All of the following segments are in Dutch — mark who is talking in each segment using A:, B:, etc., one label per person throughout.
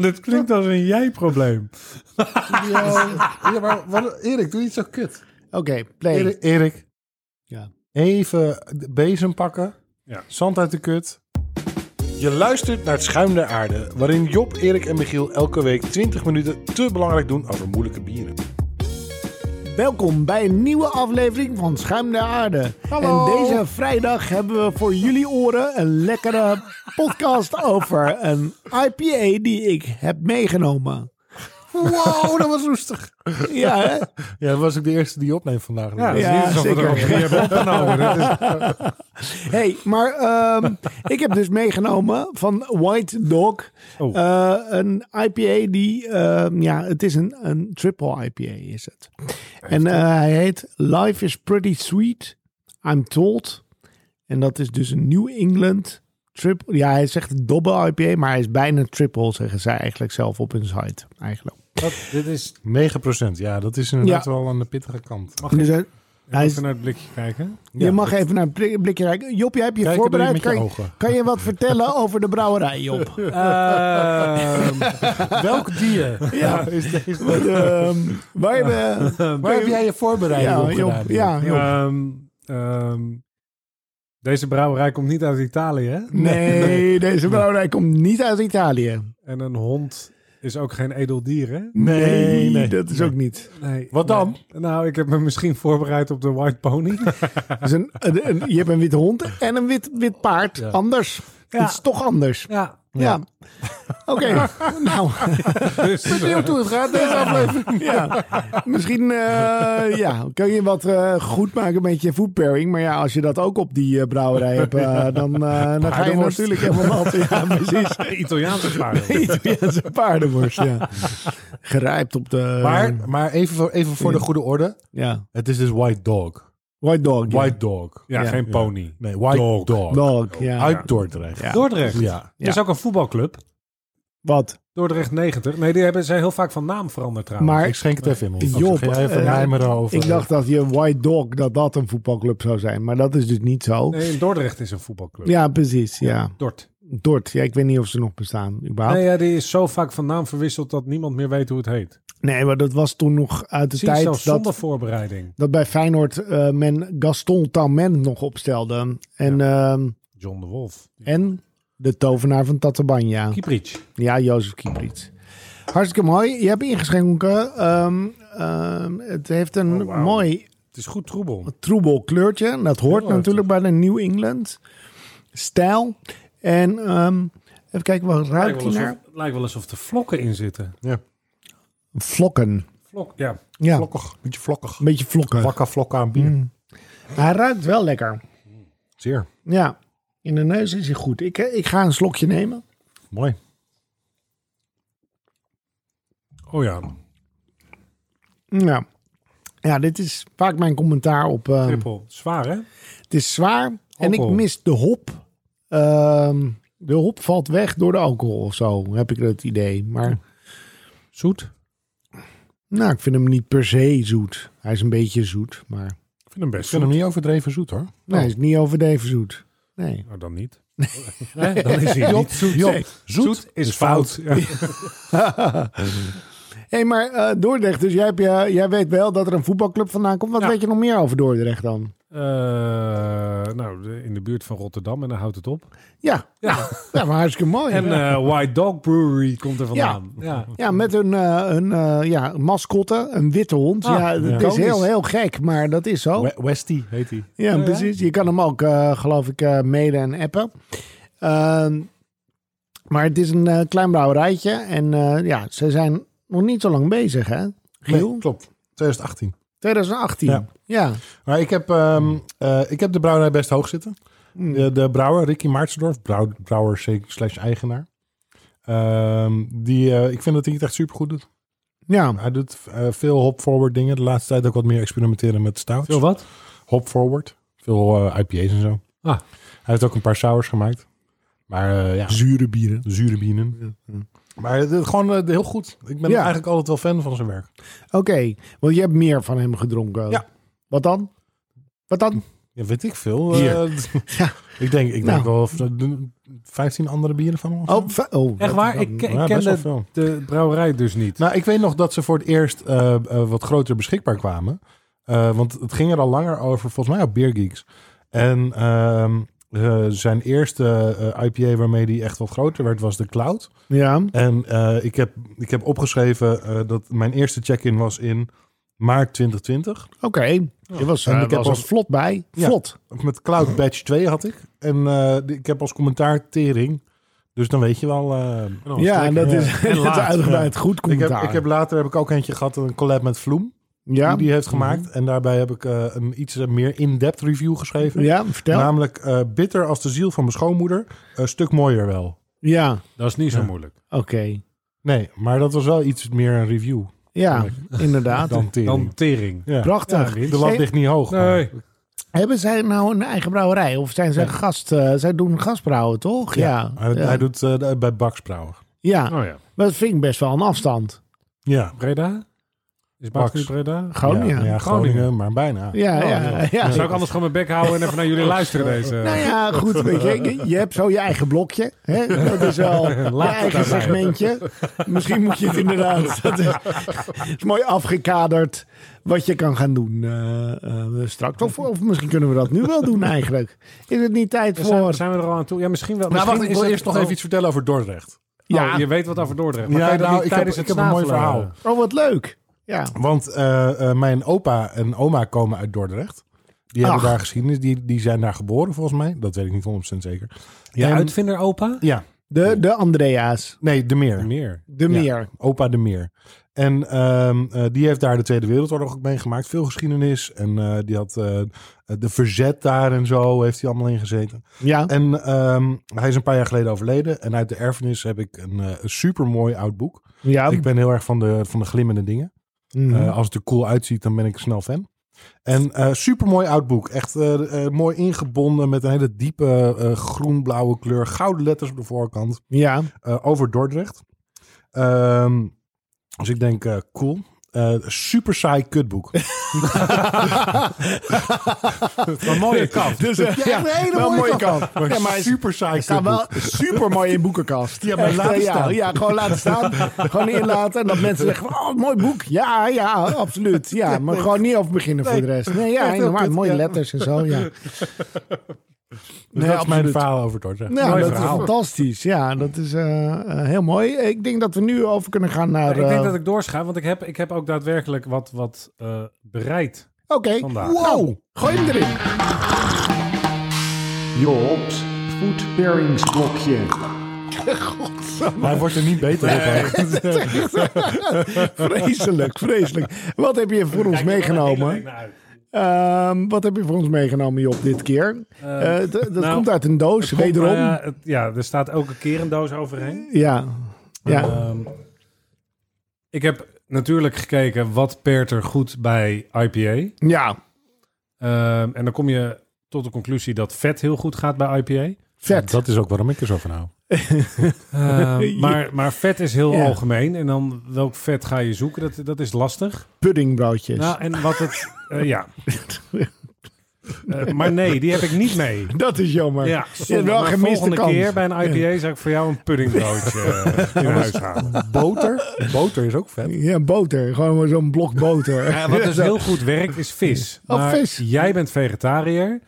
A: Dit klinkt als een jij-probleem.
B: Ja, ja, maar wat, Erik, doe iets zo kut.
C: Oké, play.
B: Erik, Erik.
C: Ja.
B: even de bezem pakken,
A: Ja.
B: zand uit de kut. Je luistert naar het Schuim der Aarde, waarin Job, Erik en Michiel elke week 20 minuten te belangrijk doen over moeilijke bieren.
C: Welkom bij een nieuwe aflevering van Schuim naar Aarde. En deze vrijdag hebben we voor jullie oren een lekkere podcast over een IPA die ik heb meegenomen.
B: Wow, dat was roestig.
C: Ja, hè?
B: Ja, dat was ook de eerste die je opneemt vandaag.
A: Ja,
B: Ja.
A: dat is
C: Ja,
A: niet alsof we
C: zeker.
A: er al drie hebben opgenomen. Dat is-
C: hey, maar ehm, ik heb dus meegenomen van White Dog
A: Oh.
C: eh, een IPA die, ehm, ja, het is een, een triple IPA is het. En eh, hij heet Life is Pretty Sweet, I'm Told. En dat is dus een New England triple. Ja, hij zegt double IPA, maar hij is bijna triple, zeggen zij eigenlijk zelf op hun site. Eigenlijk.
B: Dat, dit is 9%. Ja, dat is inderdaad
C: Ja.
B: wel aan de pittige kant. Mag
C: Dus hij- hij is-
A: Even naar het blikje kijken.
C: je mag even naar het blik- blikje kijken. Job, jij hebt je
B: Kijk er
C: voorbereid.
B: met je
C: Kan je,
B: ogen.
C: kan je wat vertellen over de brouwerij, Job?
B: Ehm, Welk dier?
C: Ja,
B: Is deze...
C: Wat, ehm, waar, we,
B: Waar heb jij je voorbereiding
C: ja,
B: op
C: Job, ja,
B: gedaan?
C: Job.
A: Ehm, ehm, deze brouwerij komt niet uit Italië, hè?
C: Nee, deze brouwerij komt niet uit Italië.
A: En een hond is ook geen edel dier, hè?
C: Nee,
B: nee,
C: dat is ook niet.
A: Nee.
B: Wat dan?
A: Nee. Nou, ik heb me misschien voorbereid op de white pony.
C: Dus een, een- een- je hebt een witte hond en een wit, wit paard. Anders.
A: Ja.
C: Het is toch anders.
A: ja.
C: Ja. Oké, nou,
A: Dus,
B: Benieuwd hoe het gaat deze aflevering.
C: ja. misschien eh, ja, kun je wat eh, goed maken met je food pairing. Maar ja, als je dat ook op die eh, brouwerij hebt, eh, dan, eh, dan ga je
B: Paardenworst.
C: natuurlijk helemaal wat. Ja, precies.
A: Italiaanse paarden.
C: Italiaanse paardenworst, ja. Gerijpt op de...
B: Maar, maar even, voor, even voor de goede orde.
C: Ja.
B: Ehm, Het is dus White Dog.
C: White dog. ja.
B: White Dog.
A: Ja,
C: Ja.
A: geen pony.
B: Nee, White Dog.
C: dog, ja.
B: Uit Dordrecht. Dus
C: Ja.
A: Dordrecht.
B: Ja.
A: Er is ook een voetbalclub.
C: Wat?
A: Dordrecht 90. Nee, die hebben, zijn heel vaak van naam veranderd trouwens.
C: Maar
B: Ik schenk het even in. Monty.
C: Job,
B: Ga jij even
C: eh,
B: mijmeren over.
C: ik dacht dat je White Dog, dat dat een voetbalclub zou zijn. Maar dat is dus niet zo.
A: Nee, in Dordrecht is een voetbalclub.
C: Ja, precies, ja.
A: Dort.
C: Dort, ja, ik weet niet of ze nog bestaan, überhaupt.
A: Nee,
C: Nee,
A: ja, die is zo vaak van naam verwisseld dat niemand meer weet hoe het heet.
C: maar dat was toen nog uit de
A: Zie je,
C: tijd
A: zelfs zonder
C: dat,
A: voorbereiding.
C: dat bij Feyenoord eh, men Gaston Taumen nog opstelde. En, ehm,
A: John de Wolf.
C: en de tovenaar van Tatabanya.
A: Kieprits.
C: Ja, Jozef Kieprits. Hartstikke mooi. Je hebt ingeschonken. Ehm, ehm, het heeft een
A: Oh, wauw.
C: mooi
A: Het is goed troebel.
C: troebel kleurtje. En Dat hoort
A: Heel
C: natuurlijk bij de New England stijl. En ehm, even kijken, wat ruikt hij nou? naar?
A: Het lijkt wel alsof er vlokken in zitten.
C: Vlokken.
A: Vlok, ja.
C: Ja,
B: Vlokkig. Beetje vlokkig.
C: een beetje vlokken.
B: Wakka vlokka aan bier.
C: Hij ruikt wel lekker.
B: Zeer.
C: Ja, in de neus is hij goed. Ik, eh, ik ga een slokje nemen.
B: Mooi.
A: Oh ja.
C: Ja. Ja, dit is vaak mijn commentaar op. ehm,
A: Triple. Zwaar, hè?
C: Het is zwaar en ik
A: Alcohol.
C: mis de hop. Ehm, de hop valt weg door de alcohol of zo, heb ik het idee. Maar
A: Zoet. Ik
C: nou, ik vind hem niet per se zoet. Hij is een beetje zoet, maar
A: vind hem best
B: Ik vind hem niet overdreven zoet hoor.
A: Oh.
C: nee, hij is niet overdreven zoet. Nee.
A: Nou, dan niet. Nee, dan is hij niet zoet.
B: Job,
A: Nee.
B: zoet,
A: is fout. Ja.
C: Hé, hey, maar eh, Dordrecht, dus jij, hebt, je- jij weet wel dat er een voetbalclub vandaan komt. Wat
A: Ja.
C: weet je nog meer over Dordrecht dan?
A: Eh, nou, de- in de buurt van Rotterdam en dan houdt het op.
C: Ja,
A: Ja.
C: ja maar hartstikke mooi.
A: En eh, White Dog Brewery komt er vandaan. Ja.
C: ja, met hun, eh, hun eh, ja, mascotte, een witte hond.
A: Ah,
C: ja, het
A: ja.
C: is heel, heel gek, maar dat is zo.
B: We- Westie heet hij.
C: Ja,
A: ja?
C: precies. Je kan hem ook, eh, geloof ik, eh mailen en appen. Ehm, maar het is een eh, klein brouwerijtje. En eh, ja, ze zijn nog niet zo lang bezig, hè? Giel?
B: Nee, klopt. 2018.
C: 2018. Ja.
B: Ja. Maar ik heb, ehm, eh, ik heb de brouwerij best hoog zitten. De, de brouwer, Ricky Maartsdorf, brouw- brouwer se- slash eigenaar. Ehm, die, eh, ik vind dat hij het echt super goed doet.
C: Ja.
B: Hij doet eh, veel hop-forward dingen. De laatste tijd ook wat meer experimenteren met stouts.
A: Veel wat?
B: Hop-forward. Veel eh, IPA's en zo.
A: Ah.
B: Hij heeft ook een paar sours gemaakt. Maar eh, ja,
C: Zure bieren.
B: zure bieren. Maar het, het- gewoon eh, heel goed. Ik ben
C: Ja.
B: eigenlijk altijd wel fan van zijn werk.
C: Oké, want je hebt meer van hem gedronken.
B: Ja.
C: Wat dan? Wat dan?
B: Ja, weet ik veel.
C: Hier.
B: Eh,
C: Ja.
B: ik denk, ik
C: Nou.
B: denk wel of- eh, 15 andere bieren van ons.
C: Oh, va- oh
A: Echt waar?
B: Dat-
A: Ik, ik
B: ja,
A: ken
B: best wel
A: de,
B: veel.
A: de brouwerij dus niet.
B: Nou, ik weet nog dat ze voor het eerst eh, eh, wat groter beschikbaar kwamen. Eh, want het ging er al langer over, volgens mij op Beer Geeks. En ehm, eh, zijn eerste eh, IPA waarmee die echt wat groter werd, was de Cloud.
C: ja.
B: En eh, ik, heb, ik heb opgeschreven eh, dat mijn eerste check-in was in maart 2020.
C: Oké. Je was,
B: En
C: eh,
B: ik heb
C: was
B: als-
C: er vlot bij.
B: Ja.
C: Vlot.
B: Met Cloud Batch 2 had ik. En eh, die- ik heb als commentaar tering. Dus dan weet je wel... eh,
C: Ja, en dat
B: ja.
C: is
A: En
C: dat is
A: laat,
C: uitgebreid goed
B: ik, heb,
C: commentaar.
B: ik heb later heb ik ook eentje gehad, een collab met Vloem.
C: ja.
B: die die heeft gemaakt. En daarbij heb ik eh, een iets eh, meer in-depth review geschreven.
C: ja, vertel.
B: Namelijk eh, bitter als de ziel van mijn schoonmoeder. Een stuk mooier wel.
C: ja, oké.
A: Dat is niet zo
B: Ja.
A: moeilijk.
B: Nee, maar dat was wel iets meer een review
C: Ja, inderdaad.
B: dan tering.
A: Dan tering.
B: ja.
C: Prachtig.
A: Ja,
B: De lat ligt niet hoog. maar-
A: Nee.
C: Hebben zij nou een eigen brouwerij? Of zijn zij
B: Nee.
C: gast? eh, zij doen gastbrouwen, toch? Ja.
B: Hij,
C: ja.
B: hij doet eh, bij Baksbrouwer.
C: Ja,
A: Oh ja.
C: maar dat vind ik best wel een afstand.
B: Ja.
A: Breda? Is
B: Max.
A: Baks niet Breda?
C: Groningen.
B: Ja, ja, Groningen, maar bijna.
C: Ja, Nou,
A: Oh,
C: ja, ja.
A: Zou ik anders gewoon mijn bek houden en even naar jullie
B: Oh,
A: luisteren deze?
C: Nou ja, goed. weet je, je, je hebt zo je eigen blokje. Hè? Dat is wel je
A: Laat het
C: eigen
A: daarbij.
C: segmentje. Misschien moet je het inderdaad. Dat is, is mooi afgekaderd wat je kan gaan doen eh, eh, straks. Of, of misschien kunnen we dat nu wel doen eigenlijk. Is het niet tijd
A: Ja, zijn,
C: voor.
A: zijn we er al aan toe? Ja, misschien wel.
B: Nou,
A: misschien
B: wacht, ik
A: is
B: wil
A: het-
B: eerst nog
A: oh,
B: even iets vertellen over Dordrecht.
A: Ja.
C: Ja,
A: Oh, je weet wat over Dordrecht.
B: Ja,
A: Maar ja,
B: nou,
A: nou,
B: ik heb-
A: tijdens
B: ik
A: het
B: heb een mooi
A: snavelen?
B: verhaal.
C: oh wat leuk. Ja.
B: Want eh, eh, mijn opa en oma komen uit Dordrecht. Die hebben
C: Ach.
B: daar geschiedenis. Die, die zijn daar geboren volgens mij. Dat weet ik niet 100% zeker.
A: Ja,
B: En-
A: uitvinder opa?
B: Ja,
C: De, de Andrea's.
B: nee, de meer.
A: Meer.
C: De
B: Ja.
C: meer.
B: Opa de Meer. En ehm, eh, die heeft daar de Tweede Wereldoorlog ook meegemaakt. Veel geschiedenis. En eh, die had eh, de verzet daar en zo. Heeft hij allemaal in gezeten.
C: Ja.
B: En ehm, hij is een paar jaar geleden overleden. En uit de erfenis heb ik een, eh, een supermooi oud boek.
C: Ja.
B: Ik ben heel erg van de, van de glimmende dingen.
C: Mhm.
B: Eh, als het er cool uitziet, dan ben ik snel fan. En eh supermooi oud boek. Echt eh, eh, mooi ingebonden met een hele diepe eh, groen-blauwe kleur. Gouden letters op de voorkant
C: ja.
B: eh, over Dordrecht. Ehm, dus ik denk, eh, cool. Eh, super saai kutboek.
A: Een mooie kant.
C: Dus, eh, ja,
B: een hele
C: wel een mooie kant.
B: Maar,
C: Ja, maar
B: super saai
C: Er staan
B: kutboek.
C: wel super mooi in boekenkast.
B: Ja, maar
C: Echt,
B: laten
C: eh, ja,
B: staan.
C: Ja, gewoon laten staan. gewoon inlaten. En dat mensen zeggen: van, Oh, mooi boek. Ja, ja, absoluut. Ja, maar gewoon niet over beginnen voor de rest. Nee,
B: Echt
C: ja,
B: heel
C: helemaal.
B: kut,
C: Mooie
B: ja.
C: letters en zo. Ja.
B: Dus dat is mijn verhaal over Dordrecht.
C: Nou,
A: Mooi
C: dat
A: verhaal.
C: is fantastisch. Ja, dat is eh, eh, heel mooi. Ik denk dat we nu over kunnen gaan naar.
A: ik denk
C: eh,
A: dat ik doorscha, want ik heb, ik heb ook daadwerkelijk wat, wat eh, bereid.
C: Oké,
A: vandaag.
C: wow. Gooi hem erin.
D: Jobs food pairings blokje.
B: Hij wordt er niet beter op. hè.
C: Vreselijk, vreselijk. Wat heb je voor ons meegenomen? Ehm, wat heb je voor ons meegenomen, Job, dit keer? Eh, d- dat
A: nou,
C: komt uit een doos, wederom.
A: Nou ja, het- eh, ja, er staat elke keer een doos overheen.
C: ja. Ja.
A: Ehm, ik heb natuurlijk gekeken wat peert er goed bij IPA.
C: ja,
A: Ehm, en dan kom je tot de conclusie dat vet heel goed gaat bij IPA.
C: vet.
B: Dat is ook waarom ik er zo van hou.
A: Ehm, maar, maar vet is heel
C: Ja.
A: algemeen. En dan welk vet ga je zoeken, dat, dat is lastig.
C: Puddingbroodjes.
A: Nou, en wat het... eh, ja. Eh, maar nee, die heb ik niet mee.
C: dat is jammer.
A: Ja,
C: je hebt wel
A: maar
C: gemiste
A: volgende
C: kans.
A: keer bij een IPA zou ik voor jou een puddingbroodje eh, in huis halen.
B: Boter? Boter is ook vet.
C: Ja, boter. Gewoon maar zo'n blok boter.
A: Ja, wat dus heel goed werkt is vis.
C: Oh,
A: Maar
C: vis.
A: jij bent vegetariër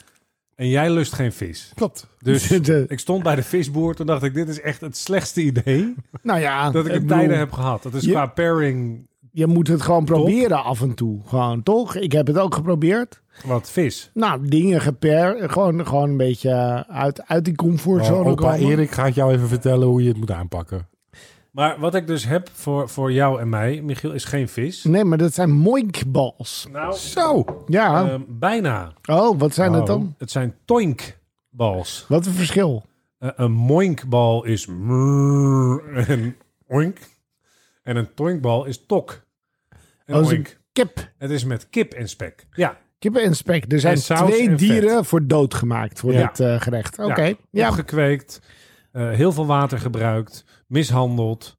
A: en jij lust geen vis.
B: Klopt.
A: Dus
C: De-
A: ik stond bij de visboer, toen dacht ik, dit is echt het slechtste idee
C: nou ja,
A: dat ik
C: het
A: in tijden heb gehad. Dat is
C: je-
A: qua pairing
C: je moet het gewoon proberen af en toe. Gewoon, toch? Ik heb het ook geprobeerd.
A: wat vis.
C: Nou, dingen geper. Gewoon, gewoon een beetje uit, uit die comfortzone
B: Eh, Oh, opa
C: komen.
B: Erik gaat jou even vertellen hoe je het moet aanpakken.
A: Maar wat ik dus heb voor, voor jou en mij, Michiel, is geen vis.
C: Nee, maar dat zijn moinkballs.
A: Nou,
B: Zo.
C: Oh. Ja.
A: ehm, bijna.
C: oh, wat zijn dat
B: oh.
C: dan?
A: Het zijn toinkbals.
C: Wat een verschil.
A: Eh, een moinkbal is mrrr en oink. En een toinkbal is tok. En
C: Als Oh, een
A: oink.
C: kip.
A: Het is met kip en spek. Ja,
C: Kippen en spek. Er zijn
A: En saus
C: twee
A: en vet.
C: dieren voor dood gemaakt voor
A: Ja.
C: dit eh, gerecht. Oké.
A: Ja.
C: Ja.
A: opgekweekt. eh, heel veel water gebruikt. Mishandeld.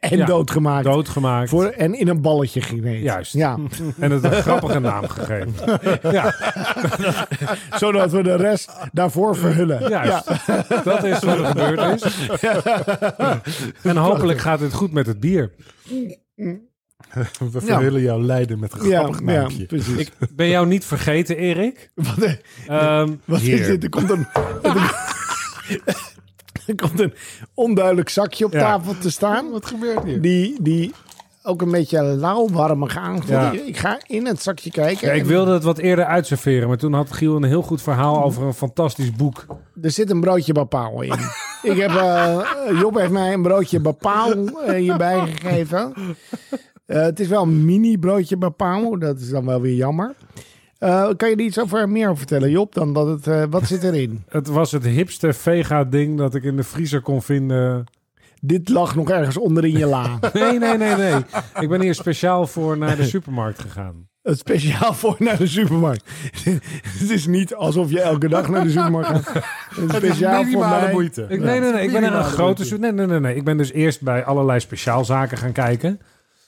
C: en
A: Ja,
C: doodgemaakt.
A: Doodgemaakt.
C: Voor, en in een balletje geneten.
A: Juist.
C: Ja,
A: En het een grappige naam gegeven. Ja,
C: zodat we de rest daarvoor verhullen.
A: juist. Dat is wat er gebeurd is. En hopelijk gaat het goed met het bier.
B: We verhullen jouw lijden met een
C: Ja,
B: grappig
C: ja,
B: naampje.
C: precies.
A: Ik ben jou niet vergeten, Erik.
C: Wat,
A: Ehm,
C: wat
A: hier.
C: is dit? Er komt een... er komt een onduidelijk zakje op
A: Ja.
C: tafel te staan.
B: Wat gebeurt hier?
C: Die, die ook een beetje lauwwarmig aanvoelt.
A: Ja.
C: Ik ga in het zakje kijken.
A: Ja, ik
C: en
A: wilde het wat eerder uitserveren, maar toen had Giel een heel goed verhaal over een fantastisch boek.
C: Er zit een broodje bepaal in. ik heb, eh, Job heeft mij een broodje bepaal eh, hierbij gegeven. Eh, het is wel een mini broodje bepaal. Dat is dan wel weer jammer. Eh, kan je er iets over meer over vertellen, Job? Dan dat het, eh, wat zit erin?
A: Het was het hipste vega-ding dat ik in de vriezer kon vinden.
C: Dit lag nog ergens onder in je la.
A: Nee, nee, nee, nee. Ik ben hier speciaal voor naar de supermarkt gegaan.
C: Het speciaal voor naar de supermarkt. het is niet alsof je elke dag naar de supermarkt gaat. Het is speciaal voor
B: minimale
C: mij.
B: moeite.
A: Ik, nee, nee, nee. Ik ben naar een grote... su- Nee, nee, nee, nee. Ik ben dus eerst bij allerlei speciaalzaken gaan kijken.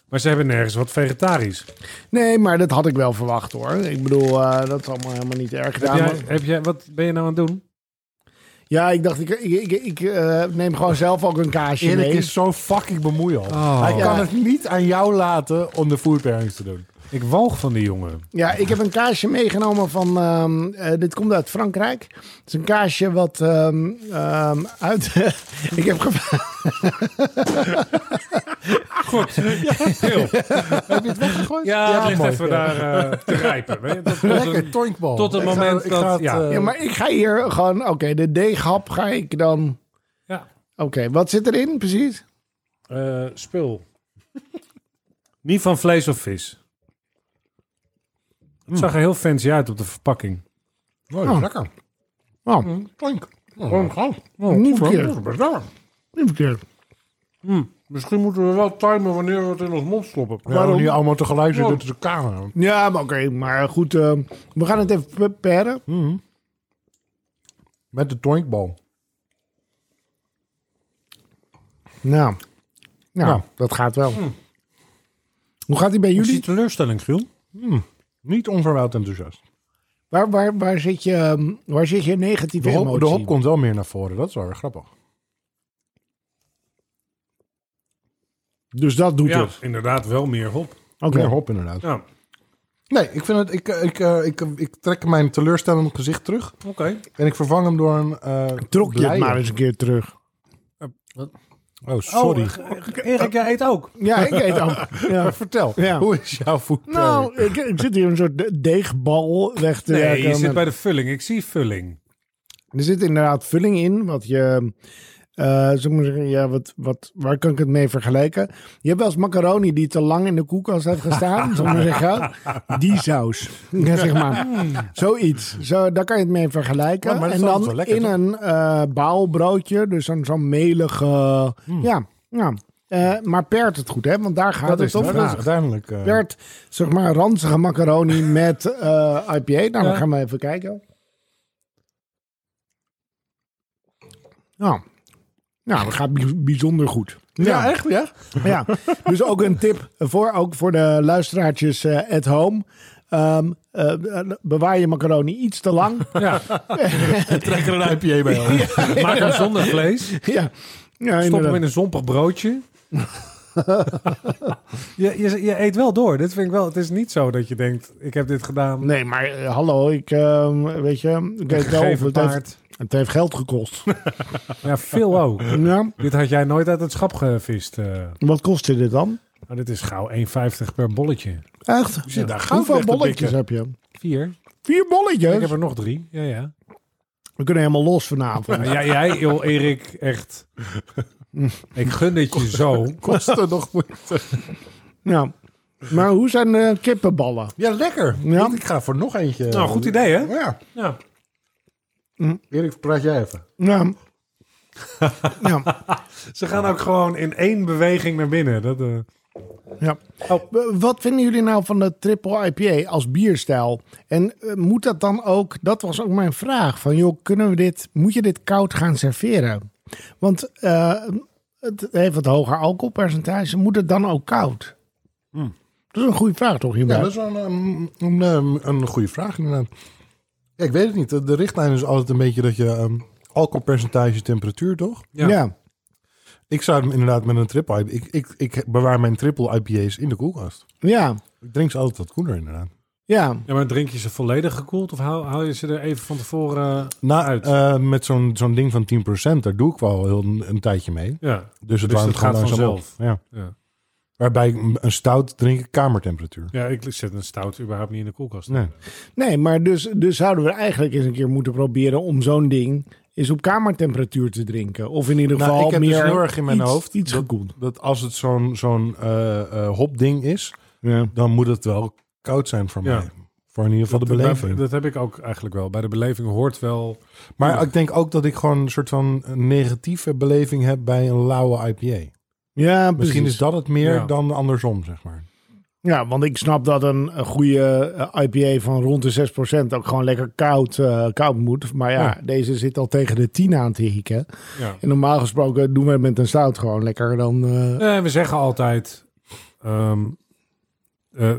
A: Maar ze hebben nergens wat vegetarisch.
C: Nee, maar dat had ik wel verwacht hoor. Ik bedoel, eh, dat is allemaal helemaal niet erg gedaan.
A: heb
C: maar-
A: jij, heb jij, wat ben je nou aan het doen?
C: Ja, ik dacht, ik, ik, ik, ik, eh, neem gewoon zelf ook een kaasje
B: Erik
C: mee.
B: is zo fucking bemoeial.
A: Oh.
B: Hij kan
C: Ja.
B: het niet aan jou laten om de food pairings te doen.
A: Ik walg van die jongen.
C: Ja, ik heb een kaasje meegenomen van, ehm, eh, dit komt uit Frankrijk. Het is een kaasje wat ehm, ehm, uit, ik heb gevraagd.
A: Heel.
B: Heb je het weggegooid?
A: Ja, het ligt
B: mooi.
A: even
B: Ja.
A: daar eh, te rijpen. Weet je? Tot, tot
B: Lekker,
A: een-
B: toinkbal.
A: tot het
B: Ik ga-
A: moment
B: ik ga
A: dat-
B: het,
A: ja.
B: eh,
C: Ja, maar ik ga hier gewoon, oké, de deeghap ga ik dan,
A: ja.
C: oké, wat zit erin precies?
A: Eh, spul. Niet van vlees of vis. Het zag er heel fancy uit op de verpakking.
B: mooi,
C: Oh.
B: lekker. Mm.
C: Oh,
B: Toink.
C: niet verkeerd. Niet verkeerd.
A: Misschien moeten we wel timen wanneer we het in ons mond stoppen.
B: Waarom
C: Waarom?
B: niet allemaal tegelijk zitten
A: Oh.
B: tussen de kamer?
C: Ja, maar oké, maar goed, eh, we gaan het even beperren.
B: Hm. Met de toinkbal.
C: Nou, nou,
B: Nou.
C: dat gaat wel. Hoe gaat die bij
A: Jullie
C: jullie?
A: teleurstelling, Giel.
B: Niet onverwijld enthousiast.
C: Waar, waar, waar, zit, je, ehm, waar zit je negatieve
B: De hop,
C: emotie?
B: de hop komt wel meer naar voren. Dat is wel weer grappig.
C: Dus dat doet
A: Ja,
C: het.
A: inderdaad wel meer hop.
C: Oké.
B: Meer hop inderdaad.
A: Ja,
B: Nee, ik, vind het, ik, ik, eh, ik, ik, trek mijn teleurstellend gezicht terug.
A: oké.
B: En ik vervang hem door een... eh,
C: Trok je het
B: blije.
C: maar eens een keer terug.
B: Oh, sorry.
A: eh, Erik, jij eet ook.
C: Ja, ik eet ook. Ja.
B: Maar vertel,
C: Ja.
B: hoe eh, is jouw food
C: Nou,
B: pairing?
C: ik, ik zit hier een soort de- deegbal weg te
A: Nee,
C: werken.
A: je zit
C: Met-
A: bij de vulling. Ik zie vulling.
C: Er zit inderdaad vulling in, wat je... eh zou ik maar zeggen, ja, wat, wat, waar kan ik het mee vergelijken? Je hebt wel eens macaroni die te lang in de koelkast heeft gestaan. zou ik maar zeggen, die saus. Ja, zeg maar. Zoiets. Zo, daar kan je het mee vergelijken.
B: Maar- maar dat
C: en
B: is altijd
C: dan
B: wel lekker,
C: in
B: toch?
C: een eh baalbroodje, dus zo'n zo'n melige... Ja, ja. Eh, maar pert het goed, hè? Want daar gaat
B: Hmm. dat
C: het
B: is
C: om.
B: dat is uiteindelijk... eh,
C: werd, zeg maar, ranzige macaroni met eh, IPA. Nou, dan
A: Ja.
C: gaan we even kijken. Nou, nou dat gaat bij- bijzonder goed.
B: ja, echt? Ja?
C: Ja, dus ook een tip voor, ook voor de luisteraartjes eh, at home. Ehm, eh, bewaar je macaroni iets te lang.
A: Ja,
B: Trek er een IPA bij om.
A: maak hem zonder vlees.
C: ja, ja
A: Stop hem
C: inderdaad.
A: in een zompig broodje. je, je, je eet wel door. Dit vind ik wel. Het is niet zo dat je denkt, ik heb dit gedaan.
C: Nee, maar eh, hallo, ik ehm, weet je, ik weet wel, of
A: gegeven
C: het heeft,
A: paard.
C: het heeft geld gekost.
A: Ja, veel ook.
C: ja,
A: dit had jij nooit uit het schap gevist. eh.
C: wat kostte dit dan?
A: Maar dit is gauw 1,50 per bolletje.
C: Echt?
B: zit daar goud
C: Hoeveel
B: weg te
C: bolletjes
B: pikken.
C: heb je?
A: Vier.
C: Vier bolletjes?
A: Ik heb er nog drie. Ja, ja.
C: We kunnen helemaal los vanavond.
A: Ja, Nou, jij, joh, Erik, echt. Ik gun het je zo.
B: Kost er nog moeite.
C: ja. Maar hoe zijn de kippenballen?
B: Ja, lekker.
C: Ja.
B: Ik, ik ga voor nog eentje.
A: Nou, goed idee, hè?
B: Ja.
A: Ja.
B: Erik, praat jij even.
C: Ja. ja.
A: Ze gaan ook gewoon in één beweging naar binnen. Dat, eh,
C: ja. W- Wat vinden jullie nou van de triple IPA als bierstijl? En eh, moet dat dan ook, dat was ook mijn vraag, van joh, kunnen we dit, moet je dit koud gaan serveren? Want eh, het heeft wat hoger alcoholpercentage. Moet het dan ook koud? Dat is een goede vraag toch, hierbij?
B: Hmm. Ja, dat is wel een, ehm, een, ehm, een goede vraag inderdaad. Ja, ik weet het niet. De de richtlijn is altijd een beetje dat je ehm, alcoholpercentage, temperatuur, toch?
A: Ja.
C: ja.
B: Ik zou hem inderdaad met een triple IPA... Ik, ik, ik bewaar mijn triple IPA's in de koelkast.
C: ja.
B: Ik drink ze altijd wat koeler inderdaad.
C: ja.
A: Ja, maar drink je ze volledig gekoeld of hou, hou je ze er even van tevoren eh,
B: Nou,
A: uit?
B: eh, met zo'n zo'n ding van 10%, daar doe ik wel heel een, een tijdje mee.
A: ja.
B: Dus het
A: Dus
B: warmt
A: dat
B: gewoon
A: gaat
B: langzaam op.
A: vanzelf.
B: Ja.
A: Ja.
B: Waarbij ik een stout drink ik kamertemperatuur.
A: ja, ik zet een stout überhaupt niet in de koelkast.
B: Nee.
C: Nee, maar dus, dus zouden we eigenlijk eens een keer moeten proberen om zo'n ding eens op kamertemperatuur te drinken. Of in ieder
B: Nou,
C: geval
B: ik heb dus
C: meer
B: heel erg in mijn
C: iets-
B: hoofd
C: iets
B: dat-
C: gekoeld.
B: Dat als het zo'n zo'n eh, eh, hopding is,
C: Ja.
B: dan moet het wel koud zijn voor
A: Ja.
B: mij. Voor in ieder geval de beleving.
A: Dat, heb ik ook eigenlijk wel. Bij de beleving hoort wel...
B: maar ik denk ook dat ik gewoon een soort van negatieve beleving heb bij een lauwe IPA.
C: Ja,
B: Misschien
C: precies.
B: is dat het meer
A: Ja.
B: dan andersom, zeg maar.
C: Ja, want ik snap dat een, een goede eh, IPA van rond de 6% ook gewoon lekker koud, eh, koud moet. Maar ja,
B: Ja.
C: deze zit al tegen de 10 aan te hikken.
A: Ja.
C: En normaal gesproken doen we het met een stout gewoon lekker dan... eh,
A: Eh, we zeggen altijd... ehm, eh, eh,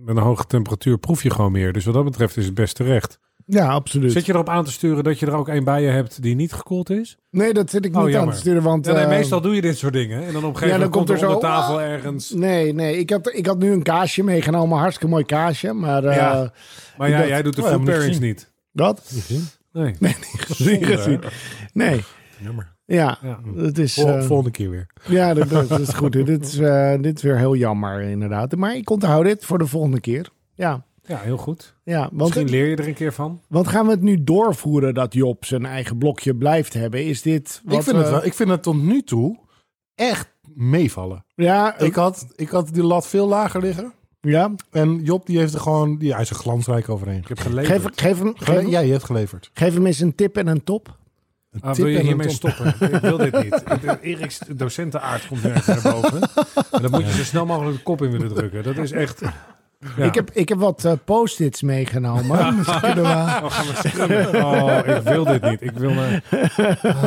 A: met een hoge temperatuur proef je gewoon meer. Dus wat dat betreft is het best terecht.
C: ja, absoluut.
A: Zit je erop aan te sturen dat je er ook één bij je hebt die niet gekoeld is?
C: Nee, dat zit ik
A: Oh,
C: niet aan
A: jammer.
C: te sturen, want...
A: Ja, nee,
C: eh,
A: meestal doe je dit soort dingen. En dan op een gegeven
C: Ja, dan
A: moment komt er
C: komt er
A: onder
C: zo-
A: tafel ergens...
C: Nee, nee. Ik had, ik had nu een kaasje meegenomen. Hartstikke mooi kaasje. Maar eh,
A: Ja. Maar ja,
C: dacht-
A: jij doet de
B: Oh, ja,
A: food
B: moet ik
A: pairings
B: zien.
A: niet.
C: dat?
A: Nee.
C: Nee, niet gezien.
A: Zonde, hè?
C: gezien. Nee.
B: Jammer.
C: Ja,
A: Ja.
C: dat is,
B: Vol-
C: eh,
B: volgende keer weer.
C: ja, dat, dat- dat is goed. dit, is, eh, dit is weer heel jammer, inderdaad. Maar ik onthoud dit voor de volgende keer. Ja,
A: Ja, heel goed.
C: ja want,
A: Misschien leer je er een keer van.
C: want gaan we het nu doorvoeren dat Job zijn eigen blokje blijft hebben? Is dit. Wat,
B: ik, vind het
C: eh,
B: wel, ik vind het tot nu toe echt meevallen.
C: Ja,
B: Ik had, ik had die lat veel lager liggen.
C: ja.
B: En Job die heeft er gewoon... Ja, hij is er glansrijk overheen.
A: Ik heb geleerd.
C: Geef, geef, hem,
B: Jij
C: geef,
B: ja, je hebt geleverd.
C: geef hem eens een tip en een top.
B: Een
A: Ah, wil je
B: en een
A: hiermee
B: top.
A: stoppen? Ik wil dit niet. De- Erik's docentenaard komt nu echt naar boven. En dat moet je zo snel mogelijk de kop in willen drukken. Dat is echt... Oh, Ja.
C: Ik, heb, ik heb wat eh, post-its meegenomen. Misschien kunnen we-
A: Oh, gaan we scrummen. Oh, ik wil dit niet. Ik wil... eh,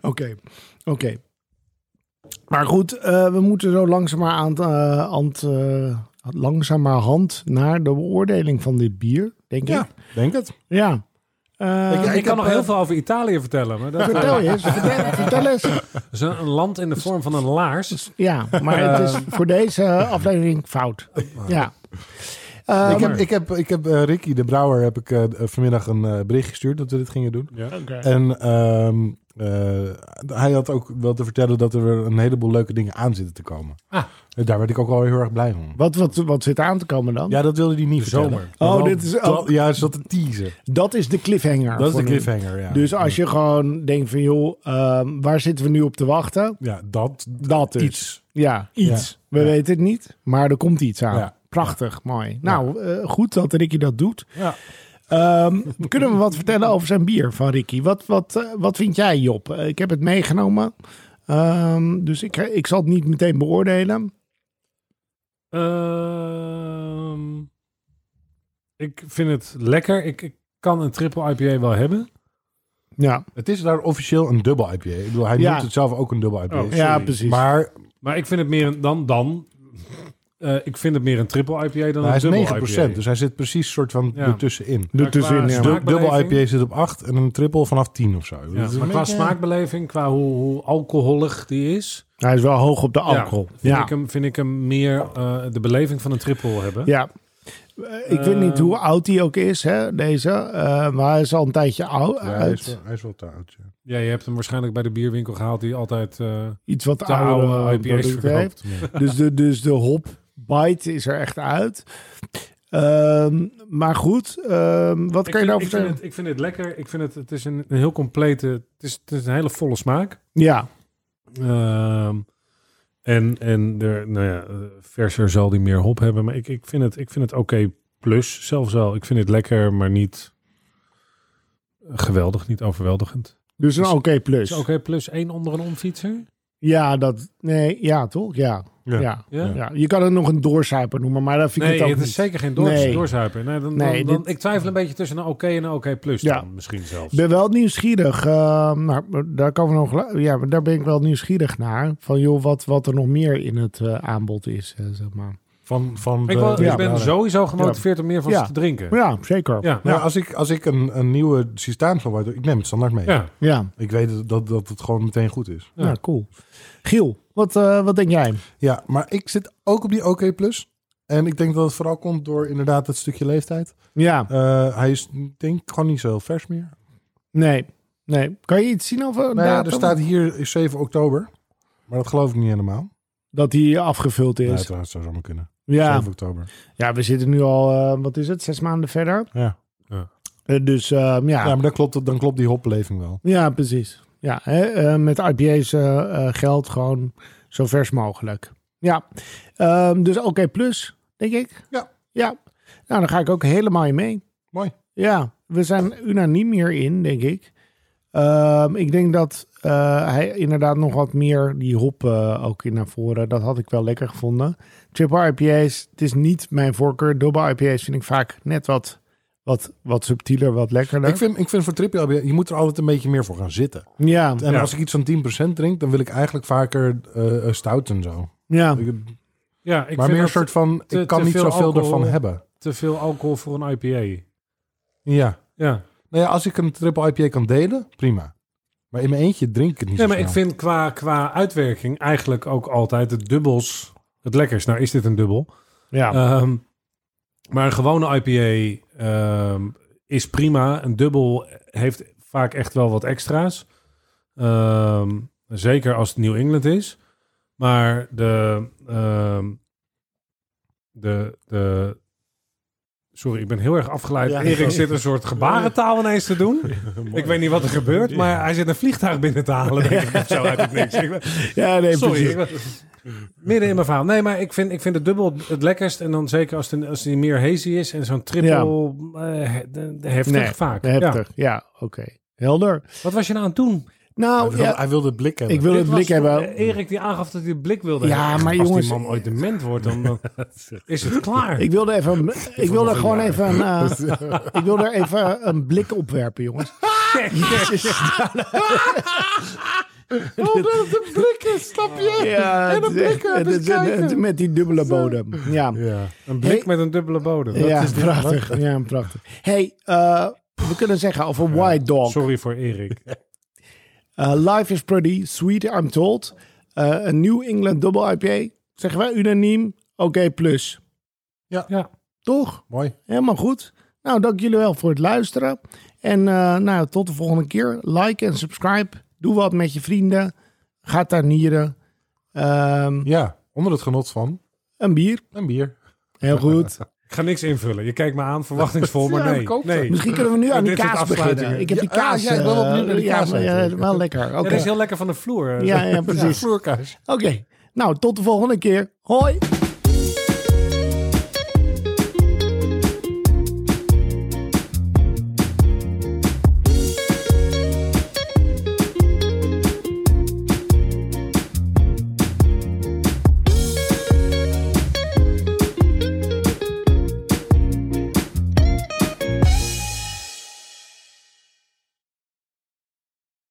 C: Oké, oké. Maar goed, eh, we moeten zo langzamerhand, eh, aan, eh, langzamerhand naar de beoordeling van dit bier, denk
B: Ja,
C: ik.
B: denk het.
C: Ja. Eh,
A: ik,
B: ik
A: kan
B: heb,
A: nog heel
B: eh,
A: veel over Italië vertellen. Maar dat,
C: vertel je eens, vertel, vertel eens.
A: is een, een land in de vorm van een laars.
C: Ja, maar het
B: Eh.
C: is voor deze aflevering fout. Ja. Eh,
B: ik heb,
A: maar-
B: ik heb, ik heb eh, Ricky de Brouwer heb ik eh, vanmiddag een eh, bericht gestuurd dat we dit gingen doen.
A: Ja.
B: En ehm, eh, hij had ook wel te vertellen dat er weer een heleboel leuke dingen aan zitten te komen.
A: Ah.
B: En daar werd ik ook wel heel erg blij van.
C: wat, wat, wat zit aan te komen dan?
B: Ja, dat wilde hij niet
A: De
B: vertellen.
A: zomer.
B: Maar
C: Oh,
B: wel
C: dit is ook-
B: dat- Ja, is dat een teaser.
C: Dat is de cliffhanger.
B: Dat is
C: voor
B: de
C: nu.
B: cliffhanger, ja.
C: Dus als je gewoon denkt van joh, ehm, waar zitten we nu op te wachten?
B: Ja, dat...
C: Dat dus.
B: Iets.
C: Ja, iets. We
B: Ja.
C: weten het niet, maar er komt iets aan.
B: Ja.
C: Prachtig, mooi. Nou, eh, goed dat Ricky dat doet.
B: Ja.
C: Ehm, kunnen we wat vertellen over zijn bier van Ricky? Wat, wat, eh, wat vind jij, Job? Eh, ik heb het meegenomen, Ehm, dus ik, ik zal het niet meteen beoordelen.
A: Ehm, ik vind het lekker. Ik, ik kan een triple IPA wel hebben.
C: Ja,
B: Het is daar officieel een dubbel IPA. Ik bedoel, hij
C: Ja.
B: noemt het zelf ook een dubbel IPA.
A: Oh,
C: ja
A: Sorry.
C: precies.
B: maar
A: Maar ik vind het meer een, dan... dan eh, ik vind het meer een triple IPA dan
B: hij
A: een
B: is 9%,
A: dubbel IPA.
B: dus hij zit precies soort van
A: Ja.
B: ertussenin.
C: doe het dus in.
A: Qua
C: ja.
B: Du- dubbel
A: Smaakbeleving?
B: IPA zit op 8 en een triple vanaf 10 of zo.
C: Dus
A: Ja,
B: Dat is
A: maar
B: een
A: qua
B: beetje-
A: smaakbeleving, qua hoe, hoe alcoholig die is,
C: Hij is wel hoog op de alcohol.
A: vind,
C: Ja,
A: Ik hem, vind ik hem meer eh, de beleving van een triple hebben.
C: ja. Eh, ik weet niet
A: Ehm.
C: hoe oud hij ook is, hè, deze. Eh, maar hij is al een tijdje oud.
B: Ja, hij, is
C: uit.
B: wel, hij is wel te oud. ja.
A: Ja, je hebt hem waarschijnlijk bij de bierwinkel gehaald die altijd eh
C: Iets wat
A: de oude
C: ouder
A: IPA's verkoopt.
C: Dus de, dus de hop bite is er echt uit. Ehm, maar goed, ehm, wat
A: Ik
C: kan
A: vind,
C: je daarover
A: ik, vind
C: zeggen?
A: het, ik vind het lekker. Ik vind het, het is een, een heel complete, het is, het is een hele volle smaak.
C: Ja,
A: Ehm, en en er, nou ja, eh, verser zal die meer hop hebben. Maar ik, ik vind het, ik vind het oké plus zelfs wel. Ik vind het lekker, maar niet eh, geweldig, niet overweldigend.
C: dus een oké
A: Is
C: plus.
A: oké plus één onder een omfietser?
C: Ja, dat... Nee, ja, toch? Ja.
B: Ja.
C: Ja. ja.
A: Ja?
C: Je kan het nog een doorzuiper noemen, maar dat vind ik
A: Nee,
C: het ook
A: het is
C: niet.
A: zeker geen door,
C: Nee.
A: doorzuiper. Nee, dan,
C: Nee,
A: dan, dan-
C: dit-
A: ik twijfel een beetje tussen een oké en een oké plus
C: Ja.
A: dan, misschien zelfs.
C: Ik ben wel nieuwsgierig. eh, maar daar, kan we nog, la- ja, maar daar ben ik wel nieuwsgierig naar. Van joh, wat, wat er nog meer in het eh, aanbod is, eh, zeg maar.
B: Van, van
A: ik, wel-
B: de-
A: ik
C: ja,
A: ben
B: ja.
A: sowieso gemotiveerd om meer van
C: Ja.
A: ze te drinken. Ja.
C: Ja, zeker.
A: Ja.
B: Nou, als ik, als ik een, een nieuwe systeem zou worden, ik neem het standaard mee.
A: Ja.
C: Ja,
B: Ik weet dat- dat, dat het gewoon meteen goed is.
A: Ja.
C: ja, Nou, cool. Giel, wat, eh, wat denk jij?
B: Ja, maar ik zit ook op die OK+. Plus. En ik denk dat het vooral komt door inderdaad het stukje leeftijd.
C: Ja,
B: Eh, hij is denk ik gewoon niet zo heel vers meer.
C: nee. Nee. Kan je iets zien over
B: Nou ja,
C: datum?
B: er staat hier is 7 oktober. Maar dat geloof ik niet helemaal.
C: dat die afgevuld
B: Ja,
C: is.
B: uiteraard zou zomaar kunnen.
C: Ja,
B: 7 oktober.
C: ja we zitten nu al, eh, wat is het, zes maanden verder.
B: Ja.
A: Ja.
C: Eh, dus eh,
B: Ja,
C: ja. ja.
B: maar dan klopt, het- dan klopt die hopbeleving wel.
C: precies. Ja, hè, eh, met IPA's eh, eh, geldt gewoon zo vers mogelijk. Ja, Ehm, dus oké plus, denk ik.
B: Ja.
C: Ja, nou dan ga ik ook helemaal in mee.
B: Mooi.
C: Ja, we zijn unaniem hierin, denk ik. Ehm, ik denk dat eh, hij inderdaad nog wat meer die hop eh, ook in naar voren. Dat had ik wel lekker gevonden. Triple IPA's, het is niet mijn voorkeur. Double IPA's vind ik vaak net wat, wat, wat subtieler, wat lekkerder.
B: Ik vind, ik vind voor triple IPA, je moet er altijd een beetje meer voor gaan zitten.
C: Ja,
B: En
A: Ja.
B: als ik iets van 10% drink, dan wil ik eigenlijk vaker eh, eh, stout en zo.
C: ja,
B: Ik-
A: ik
B: maar
A: vind
B: meer een
A: dat
B: soort van,
A: te-
B: ik kan
A: te
B: niet
A: veel
B: zoveel
A: alcohol.
B: ervan hebben.
A: te veel alcohol voor een IPA.
B: Ja.
A: Ja,
B: Nou ja, als ik een triple IPA kan delen, prima. Maar in mijn eentje drink ik het niet
A: ja
B: zo
A: maar ik
B: snel.
A: vind qua, qua uitwerking eigenlijk ook altijd het dubbels het lekkerst. Nou is dit een dubbel.
C: ja.
A: Ehm, maar een gewone IPA ehm, is prima. Een dubbel heeft vaak echt wel wat extra's. Ehm, zeker als het New England is. Maar de, ehm, de, de... Sorry, ik ben heel erg afgeleid.
C: Ja.
A: Erik zit een soort gebarentaal ineens te doen. ik weet niet wat er gebeurt, maar hij zit een vliegtuig binnen te halen. Denk ik, of zo uit het niks. Ik ben-
C: ja nee,
A: Sorry.
C: precies.
A: ik was- Midden in mijn verhaal. Nee, maar ik vind, ik vind het dubbel het lekkerst. En dan zeker als die als die meer hazy is en zo'n triple eh, he- de- de heftig
C: Nee,
A: vaak. Ja.
C: Heftig, ja, oké. Helder.
A: Wat was je nou aan het doen?
B: Hij
C: Nou,
B: wil,
C: ja,
B: hij wil de blik hebben.
C: ik wil
A: Dit
C: het
A: was
C: blik
A: toen,
C: hebben.
A: eh, Erik die aangaf dat hij het blik wilde
C: Ja,
A: hebben.
C: maar
A: Als
C: jongens-
A: die man ooit dement wordt, dan, dan is het klaar.
C: Ik wilde even, ik wilde gewoon even, een, eh, ik wilde er even een blik op werpen, jongens. Jezus.
B: Omdat het een blik is, snap je?
C: Ja,
B: En een blik
C: het-
B: op
C: het-
B: eens
C: het- het-
B: kijken.
C: met die dubbele bodem. Ja,
B: Ja.
A: Een blik
C: Hey.
A: met een dubbele bodem. Dat
C: ja
A: is dit.
C: prachtig. Ja, prachtig. hey, eh, we kunnen zeggen over White Dog.
A: Sorry voor Erik.
C: Eh, Life is pretty, sweet, I'm told. Eh, een New England double IPA. Zeggen wij unaniem, oké plus.
A: Ja.
C: Toch?
B: Mooi.
C: Helemaal goed. Nou, dank jullie wel voor het luisteren. En eh, nou, tot de volgende keer. Like en subscribe. Doe wat met je vrienden. Ga tuinieren. Ehm
B: Ja, onder het genot van
C: een bier.
B: een bier.
C: Heel goed.
A: Ik ga niks invullen. Je kijkt me aan, verwachtingsvol, maar
B: Ja,
A: nee.
B: ik ook.
A: nee.
C: Misschien kunnen we nu aan die
A: Dit soort
C: kaas
A: afsluitingen.
C: beginnen. Ik heb die
B: Ja, ah,
C: kaas.
B: ja, ik ben wel
C: eh,
B: benieuwd naar die
C: ja,
B: kaas
C: maar, eh,
B: eigenlijk.
C: wel lekker.
A: Ja,
C: Oké,
A: dat is heel lekker van de vloer. eh.
C: ja, ja, precies.
B: Vloerkaas.
C: Oké, nou, tot de volgende keer. Hoi.